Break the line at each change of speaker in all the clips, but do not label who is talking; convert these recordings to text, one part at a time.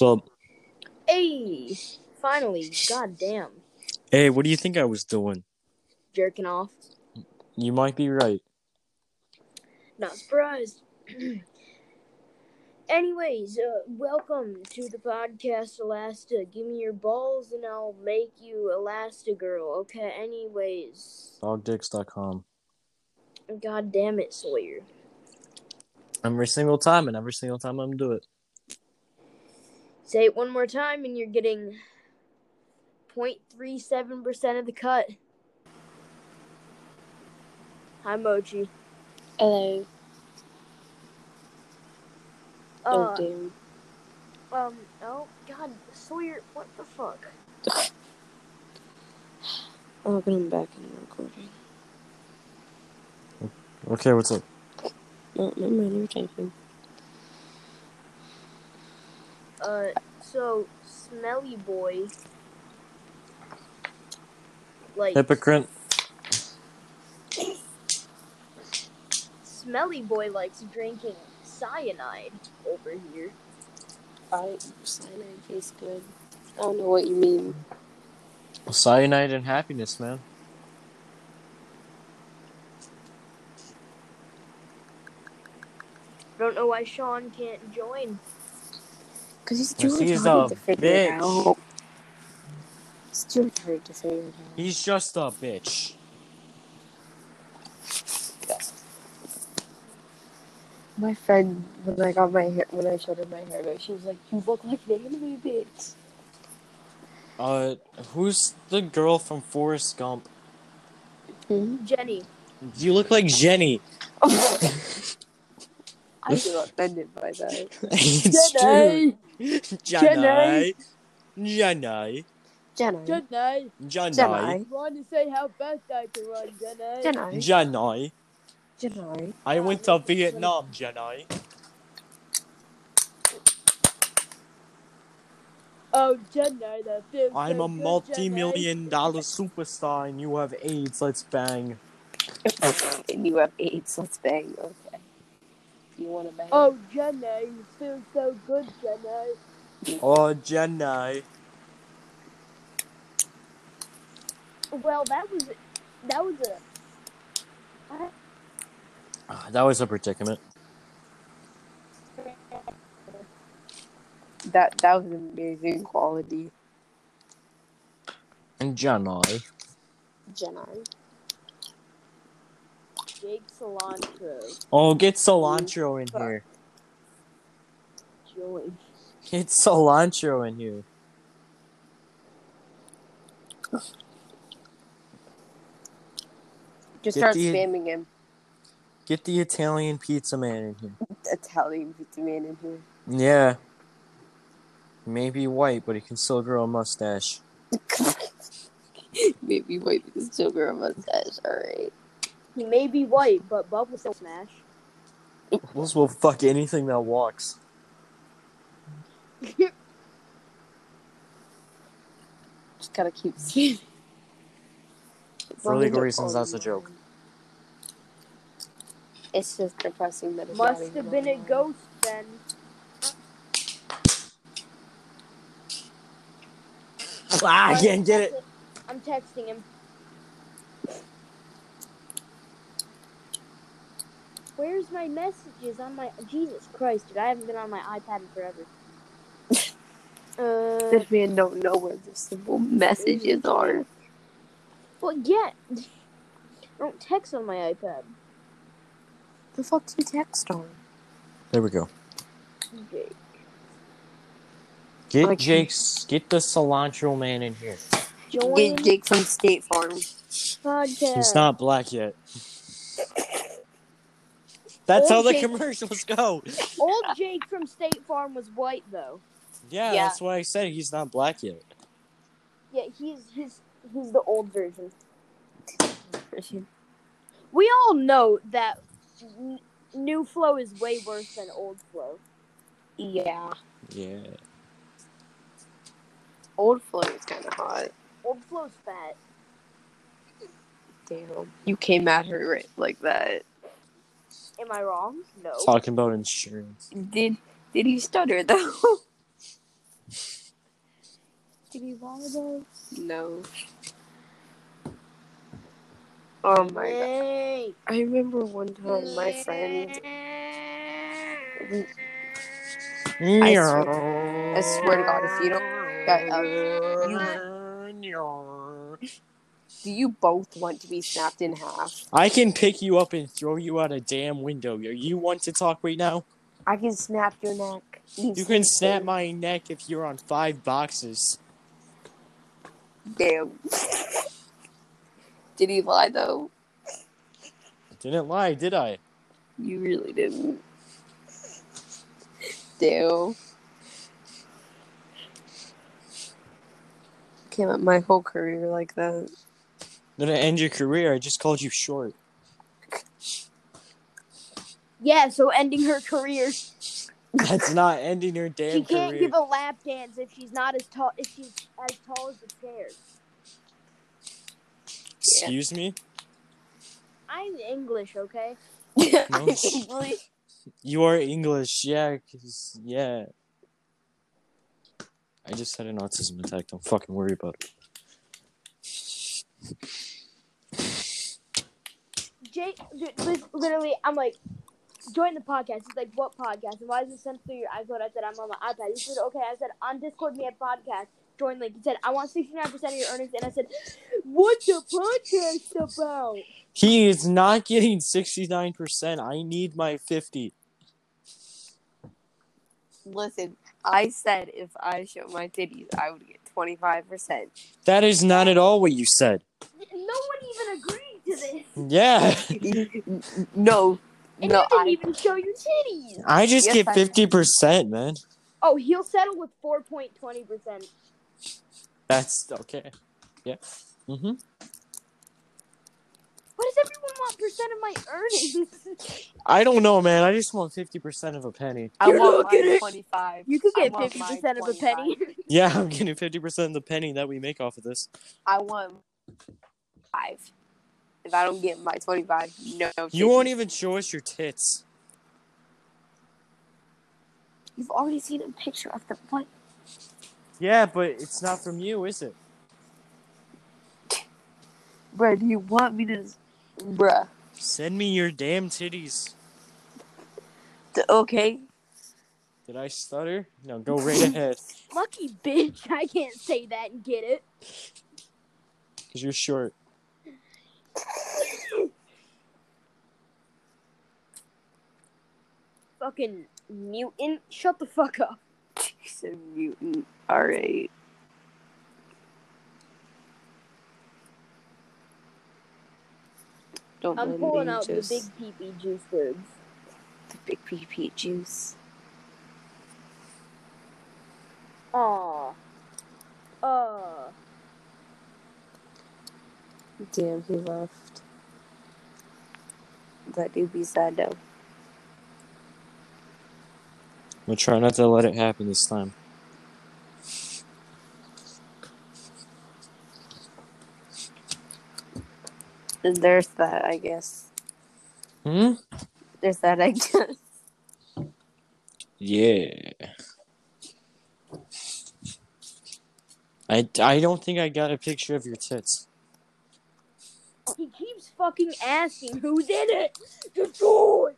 up?
Hey, finally, goddamn,
Hey, what do you think I was doing?
jerking off.
You might be right.
Not surprised. Anyways, uh, welcome to the podcast, Elasta. Give me your balls and I'll make you Elastigirl. Okay, anyways.
Dogdicks.com.
God damn it, Sawyer.
Every single time, and every single time I'm do it.
Say it one more time and you're getting 0.37% of the cut. Hi, Mochi.
Hello,
Uh,
dude.
um, oh, God, Sawyer, what the fuck?
Oh, but I'm back in the recording.
Okay, what's up?
No, never mind, you're typing.
Uh, so Smelly Boy, like
Hypocrite.
Smelly Boy likes drinking cyanide over here.
I cyanide tastes good. I don't know what you mean.
Cyanide and happiness, man.
Don't know why Sean can't join.
Cause it's
Cause
too
he's
retarded
a
to figure it
bitch.
out. It's too retarded to figure it out.
He's just a bitch.
My friend, when I got my hair, when I showed her my hairdo, she was like, "You look like an anime bitch."
Uh, who's the girl from Forrest Gump?
Hmm?
Jenny,
You look like Jenny.
I feel offended by that.
it's
Jenny,
true. Jenny.
Jenny.
Jenny.
Jenna,
Jenny,
Jenny.
want to say how fast I can run, Jenny?
Jenna,
Jenny.
Jenna.
I went to Vietnam, Jenny.
Oh, Jenny, that feels
I'm a multi-million dollar superstar and you have AIDS. Let's bang.
and you have AIDS. Let's bang. Okay. You want to bang?
Oh, Jenny, you feel so good, Jenny.
Oh, Jenny.
Well, that was that was a
Ah, that was a predicament.
that that was amazing quality.
And Jenny.
Jenna.
Jake Cilantro
Oh, get cilantro in here.
join.
Get cilantro in here. Get
Just start
the-
spamming him.
Get the Italian pizza man in here.
Italian pizza man in here.
Yeah. Maybe white, but he can still grow a mustache.
Maybe white because still grow a mustache. All right.
He may be white, but Bub will still smash.
Bulls will fuck anything that walks.
Just gotta keep spamming.
For legal
Well,
reasons, that's a
online.
joke.
It's just depressing that it's not
Must
even
have been a
online.
ghost then.
Ah, I can't get it.
I'm texting him. Where's my messages on my Jesus Christ, dude? I haven't been on my iPad in forever. uh,
This man don't know where the simple messages are.
well, yeah. I don't text on my iPad.
The fuck do you text on?
There we go.
Jake.
Get
Like-
Jake's. Get the cilantro man in here.
Join
Get Jake from State Farm.
podcast.
He's not black yet. That's how the
Okay.
commercials go.
Old Jake from State Farm was white though.
Yeah,
Yeah.
that's why I said he's not black yet.
Yeah, he's he's he's the old version. We all know that n- new flow is way worse than old flow.
Yeah.
Yeah.
Old flow is kind of hot.
Old flow's fat.
Damn. You came at her right like that.
Am I wrong? No.
Talking about insurance.
Did did he stutter though?
Did he volleyball?
No. Oh my god.
Yay.
I remember one time my friend, we, I swear- I swear to God, if you don't get up, you- do you both want to be snapped in half?
I can pick you up and throw you out a damn window. You- You want to talk right now?
I can snap your neck.
You can snap my neck if you're on five boxes.
Damn. Did he lie though?
Didn't lie, did I?
You really didn't. Damn. Came up my whole career like that.
Then I end your career. I just called you short.
Yeah, so ending her career.
That's not ending your damn
she can't
career.
give a lap dance if she's not as tall. If she's as tall as the chair.
Excuse me?
I'm English, okay?
No. You are English, yeah, 'cause- yeah. I just had an autism attack. Don't fucking worry about it.
Jake, li- li- literally, I'm like, join the podcast. He's like, what podcast? And why is it sent through your iPhone? I said, I'm on my iPad. He said, okay. I said, on Discord, we have podcast. Join link. He said, I want 69% of your earnings. And I said, what's the podcast about?
He is not getting sixty nine percent. I need my fifty.
Listen, I said if I showed my titties, I would get 25%.
That is not at all what you said.
No one even agreed to this.
Yeah,
no.
And
No,
you didn't
I-
even show your titties.
I just
Yes,
get
I-
fifty percent, man.
Oh, he'll settle with 4.20%.
That's okay. Yeah. Mm-hmm.
What does everyone want percent of my earnings?
I don't know, man. I just want fifty percent of a penny.
I
You're
want
looking
my
at-
25.
you could
I
get
want my
50% of a penny.
Yeah, I'm getting fifty percent of the penny that we make off of this.
I want five. If I don't get my 25, no.
You won't even show us your tits.
You've already seen a picture of the one.
Yeah, but it's not from you, is it?
Bruh, do you want me to. Bruh.
Send me your damn titties.
Th- Okay.
Did I stutter? No, go right ahead.
Lucky bitch, I can't say that and get it.
Because you're short.
Fucking mutant. Shut the fuck up.
He's a mutant. Alright. Don't
I'm
mind
pulling
me,
out
just
the big pee pee juice words.
the big pee pee juice.
Aw. Uh.
Damn, he left. That do be sad though.
We'll try not to let it happen this time.
And there's that, I guess.
Hmm?
There's that, I guess.
Yeah. I, I don't think I got a picture of your tits.
He keeps fucking asking who did it. The door.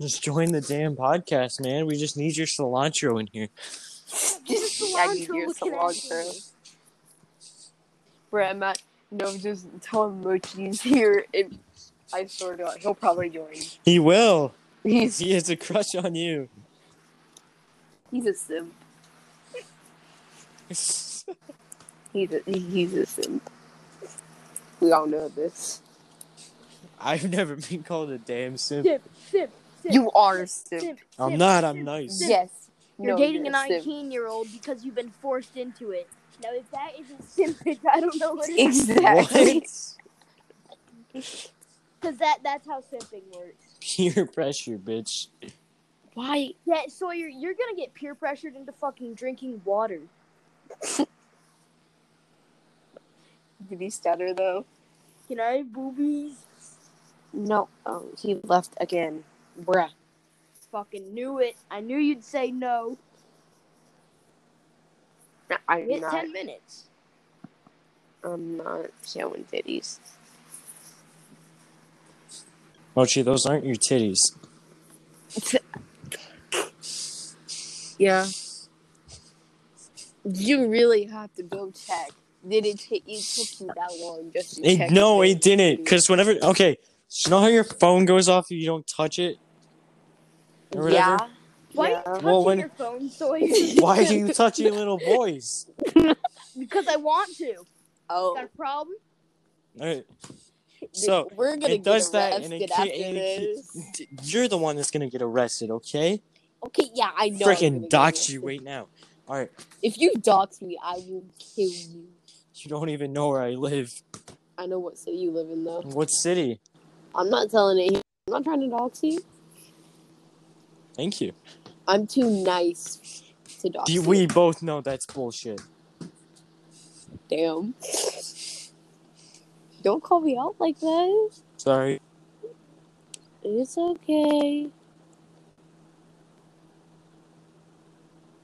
Just join the damn podcast, man. We just need your cilantro in here.
Just
I need
cilantro
your
looking at you.
cilantro. Bruh, I'm not. No, just tell him Mochi's here, and I swear to God, he'll probably join.
He will.
He's
He has a crush on you.
he's a simp. He's a, he's a simp. We all know this.
I've never been called a damn simp.
Sip, sip, sip.
You are a simp.
Sip,
I'm
sip,
not. I'm
sip.
nice.
Yes.
You're
No,
dating an
you're a simp.
19 year old because you've been forced into it. Now, if that isn't simpage, I don't know what it is.
Exactly.
Because that, that's how simping works.
Peer pressure, bitch.
Why?
Yeah, Sawyer, you're gonna get peer pressured into fucking drinking water.
Did he stutter though?
Can I have boobies?
No. Oh, he left again. Bruh.
Fucking knew it. I knew you'd say no.
No, I'm
We hit
not.
ten minutes.
I'm not showing titties.
Mochi, those aren't your titties.
Yeah. You really have to go check. Did it take you, took you that long just to
It,
check
no,
if
it didn't. Because whenever, okay, you know how your phone goes off if you don't touch it? Or whatever?
Yeah.
Why
Yeah.
are you touching
Well, when-
your phone, Sawyer?
Why are you touching little boys?
because I want to. Got
Oh,
a problem?
Alright, So,
we're gonna
it does
get
that
arrested
and it
after
can't- and it
this.
d- you're the one that's going to get arrested, okay?
Okay, yeah, I know. I'm gonna
Freaking
get
dox you
arrested.
right now. All right,
If you dox me, I will kill you.
you don't even know where I live.
I know what city you live in though.
What city?
I'm not telling it. here. I'm not trying to dox you.
Thank you.
I'm too nice to dox
Do
you.
you- we both know that's bullshit.
Damn. Don't call me out like that.
Sorry.
It's okay.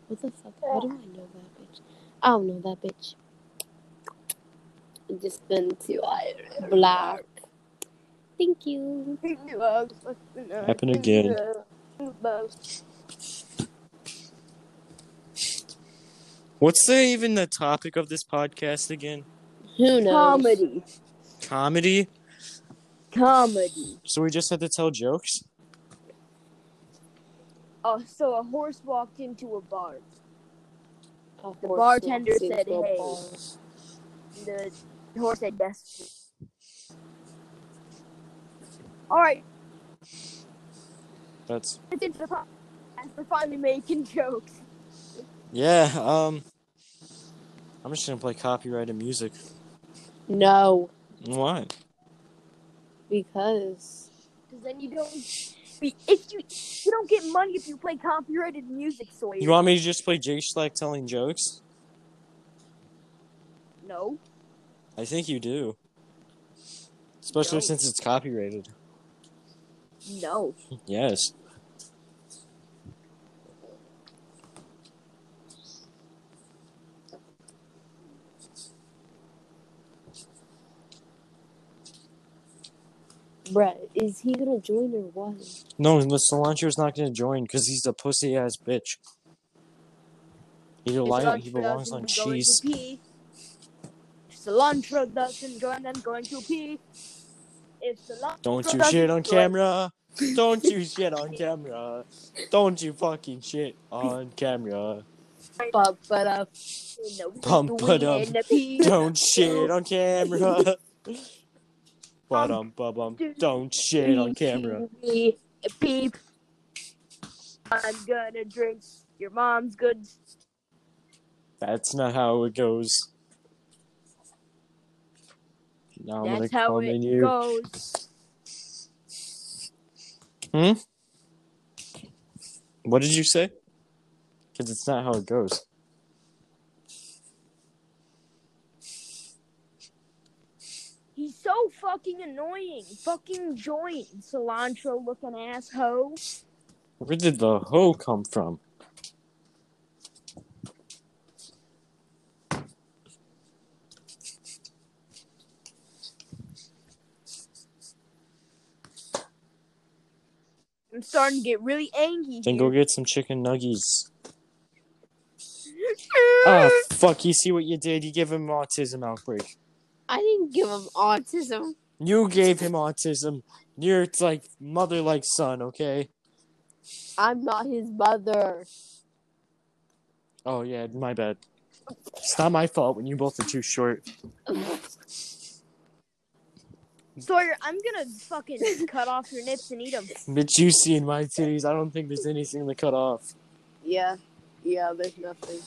What the fuck? How do I know that bitch? I don't know that bitch. I've just been too uh, black. Thank you.
Happened again. What's the, even the topic of this podcast again?
Who knows?
Comedy.
Comedy?
Comedy.
So we just had to tell jokes?
Oh, so a horse walked into a bar.
A
The
horse
bartender
walks into
said,
a
"Hey."
bar.
The horse said yes. All right,
That's.
it's into the podcast. We're finally making jokes.
Yeah, um. I'm just gonna play copyrighted music.
No,
Why?
because
Because then you don't. If you you don't get money if you play copyrighted music, Sawyer.
You want me to just play Jake Schleck telling jokes?
no.
I think you do. Especially
No.
since it's copyrighted.
No.
Yes.
Brett is he gonna join or what?
No, the Solancho's not gonna join because he's a pussy ass bitch. He, deli- he
Cilantro
belongs
doesn't
on
go into
cheese.
pee. Cilantro doesn't join, I'm going to pee. If cilantro
Don't you
doesn't
shit on
join-
camera. Don't you shit on camera. Don't you fucking shit on camera.
But but uh,
in the-
Bum,
we
ba-dum.
in the pee.
Don't shit on camera. But um, bum, bum. Don't shit on camera.
Pee, Peep. I'm gonna drink your mom's good.
That's not how it goes. Now I'm
That's
gonna
how
come
it
in you.
goes.
What did you say? Because it's not how it goes.
He's so fucking annoying. Fucking joint, cilantro looking asshole.
Where did the hoe come from?
I'm starting to get really angry.
Then
here.
go get some chicken nuggies. Ah, fuck, you see what you did? You gave him autism outbreak.
I didn't give him autism.
You gave him autism. You're it's like mother like son, okay?
I'm not his mother.
Oh, yeah, my bad. It's not my fault when you both are too short.
Sawyer, I'm gonna fucking cut off your nips and eat them.
But you see in my titties, I don't think there's anything to cut off.
Yeah, yeah. There's nothing.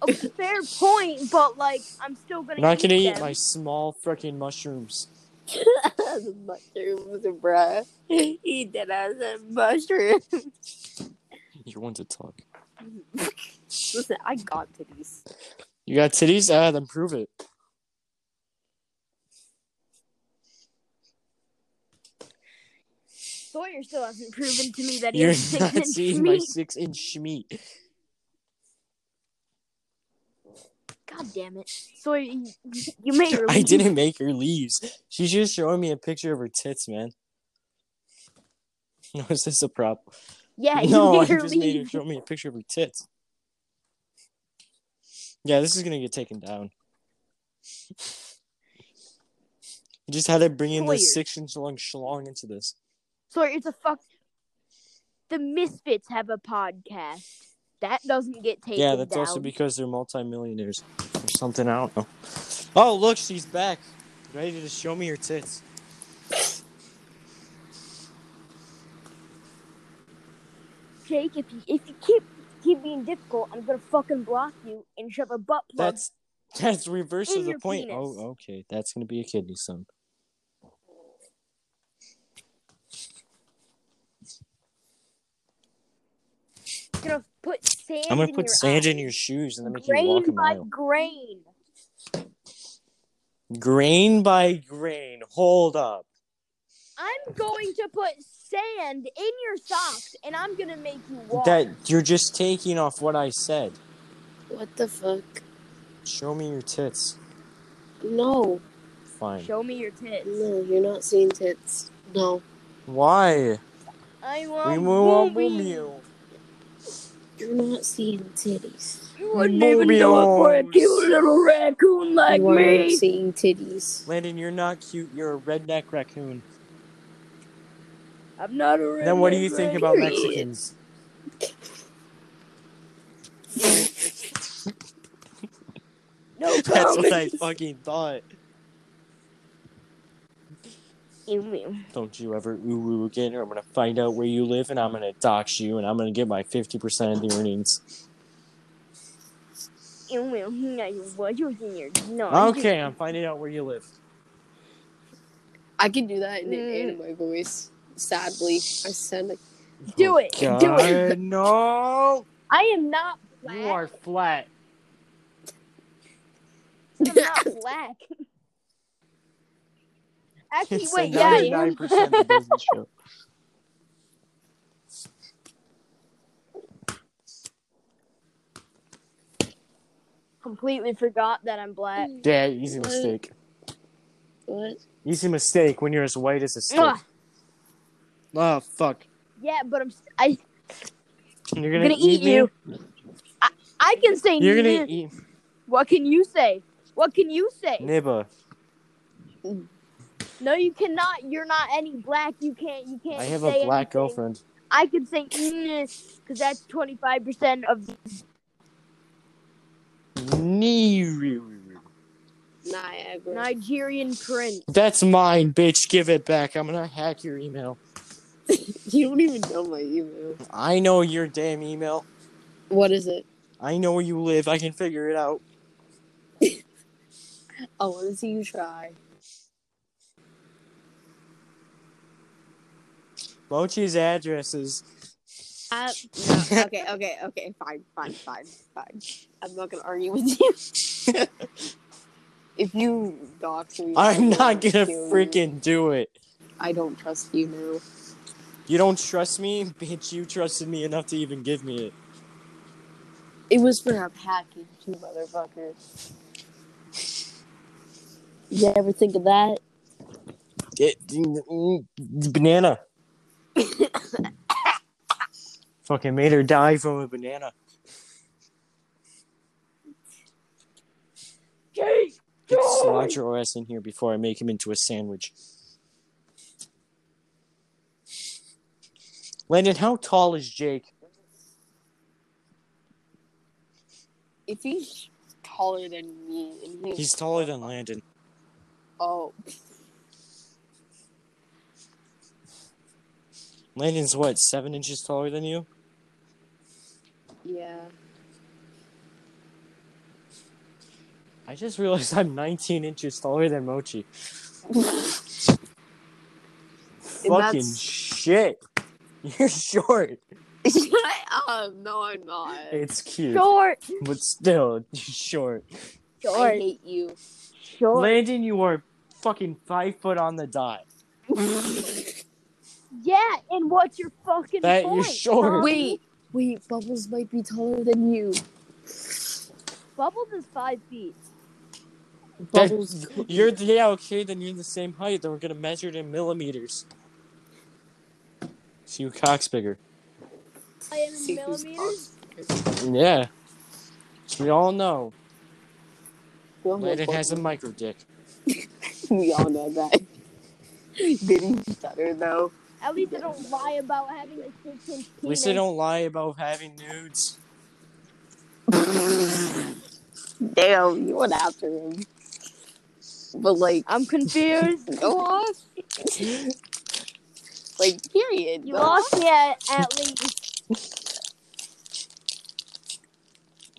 A fair point, but like, I'm still gonna.
I'm not gonna eat
them.
my small freaking mushrooms.
the mushrooms, bruh. He did us a mushroom.
You want to talk.
Listen, I got titties.
You got titties? Ah, then prove it.
Sawyer still hasn't proven to me that he
You're
has
not
six inch
seeing my
meat.
six inch meat.
God damn it. So you, you made her.
I
leave.
didn't make her leaves. She's just showing me a picture of her tits, man. No, is this a prop?
Yeah, you
no, I
made her
just made her
leave.
show me a picture of her tits. Yeah, this is gonna get taken down. You just had to bring in this
Sawyer.
six inch long schlong into this.
So it's a fuck. The Misfits have a podcast. That doesn't get taken
yeah, that's
down.
also because they're multimillionaires or something. I don't know. Oh, look, she's back, ready to show me her tits.
Jake, if you if you keep keep being difficult, I'm gonna fucking block you and shove a butt plug.
That's that's reverse
In
of the
your
point.
penis.
Oh, okay, that's gonna be a kidney stone.
gonna put sand.
I'm gonna
in
put
your
sand
eye.
in your shoes and then make you walk a
grain by
mile.
grain.
Grain by grain. Hold up.
I'm going to put sand in your socks, and I'm gonna make you walk.
That you're just taking off what I said.
What the fuck?
Show me your tits.
No,
Fine.
Show me your tits.
no, you're not seeing tits. No,
Why?
I
We
want
move on
boobies.
Mumio.
you're not seeing titties.
You wouldn't even know it for a cute
Boobies.
little raccoon like
you are not
me.
seeing titties.
Landon, you're not cute. You're a redneck raccoon.
I'm not a.
Then what do
redneck
you think
raccoon.
about
Period.
Mexicans?
No
That's what I
comments.
fucking thought. Don't you ever ooh woo again, or I'm gonna find out where you live and I'm gonna dox you and I'm gonna get my 50% of the earnings.
Oh,
Okay, I'm finding out where you live.
I can do that in an
Mm.
anime voice. Sadly, I sound like
Do
Oh,
it. Do it.
God, No!
I am not black.
You are flat.
I'm not black. Actually,
It's
wait,
a
yeah, I am.
99% that doesn't show.
completely forgot that I'm black.
Mm.
Yeah, easy mistake.
what?
Easy mistake when you're as white as a stick.
Ugh.
Oh fuck!
Yeah, but I'm. s- I
You're
am
gonna,
gonna, eat,
me?
you. I, I can say.
You're gonna
nib-
eat
What can you say? What can you say?
Nibba.
No, you cannot. You're not any black. You can't. You can't.
I have
say
a black
anything.
girlfriend.
I could say because that's twenty five percent of.
Nee-
Niagara.
Nigerian prince.
That's mine, bitch. Give it back. I'm gonna hack your email.
you don't even know my email.
I know your damn email.
What is it?
I know where you live. I can figure it out.
I want to see you try.
Mochi's address is
Uh, no, okay, okay, okay. Fine, fine, fine, fine. I'm not gonna argue with you. if you dox me,
I'm
I
not
will
gonna
kill you.
freaking do it.
I don't trust you now.
You don't trust me, bitch. You trusted me enough to even give me it.
It was for our package, you motherfucker. You ever think of that?
it mm, banana. Fucking made her die from a banana.
Jake,
Get
Joy!
cilantro ass in here before I make him into a sandwich. Landon, how tall is Jake?
If he's taller than me, and he's,
He's taller than Landon.
oh,
Landon's what, seven inches taller than you?
yeah.
I just realized I'm 19 inches taller than Mochi. Fucking
that's-
shit. You're short.
Shut up! Um, No, I'm not.
It's cute.
Short,
But still, you're short.
I
short,
hate you.
short.
Landon, you are fucking five foot on the dot.
Yeah, and what's your fucking
That you're
point?
short.
Tommy?
wait, wait. Bubbles might be taller than you.
Bubbles is five feet.
Bubbles.
You're yeah okay. Then you're the same height. Then we're gonna measure it in millimeters. See who cocks bigger.
I am in
See who's
millimeters.
possible.
Yeah. So we all know
We all know
Landon has a
Bubbles.
micro dick.
We all know that. Didn't stutter though.
At least I don't lie about having a six inch penis.
At least they don't lie about having nudes.
Damn, you went after him. But like,
I'm confused.
go off. like, period.
You
go
lost
off.
me at, at least.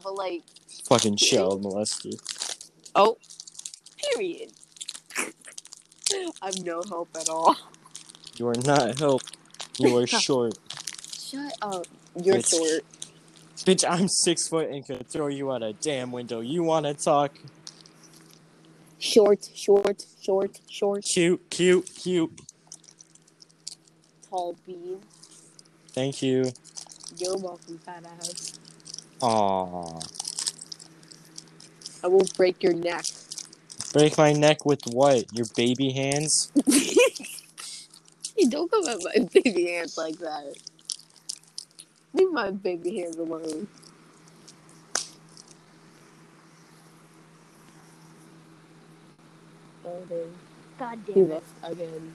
But like,
Fucking child molester.
oh, period. I'm no help at all.
You are not help. You are short.
Shut up. You're
It's-
short.
Bitch, I'm six foot and could throw you out a damn window. You wanna talk?
Short, short, short, short,
Cute, cute, cute.
tall bean.
Thank you.
You're welcome, fat ass.
Aww.
I will break your neck.
Break my neck with what? Your baby hands?
hey, don't come at my baby hands like that. Leave my baby hands alone. Oh, dude.
God
He
damn it.
left again.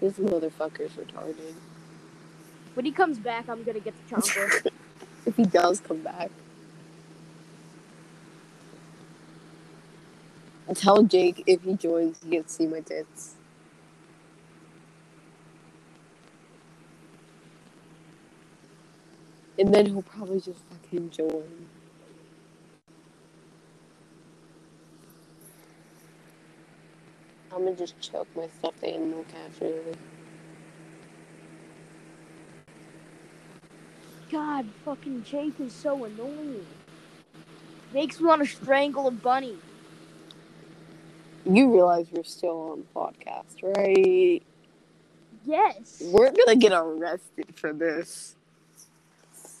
This motherfucker's retarded.
When he comes back, I'm gonna get the chomper.
If he does come back. Tell Jake if he joins, he gets to see my tits. And then he'll probably just fucking join. I'm gonna just choke my stuffed animal catcher.
God, fucking Jake is so annoying. Makes me want to strangle a bunny.
You realize we're still on podcast, right?
Yes.
We're gonna get arrested for this.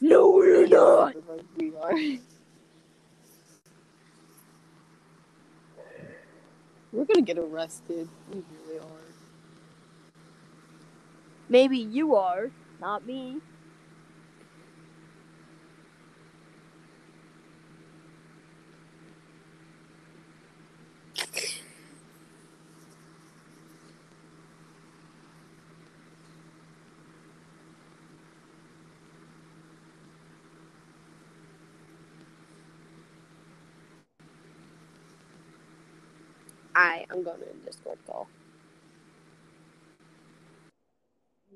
No, we're not.
We are. We're gonna get arrested. We really are.
Maybe you are, not me.
I am going to Discord call.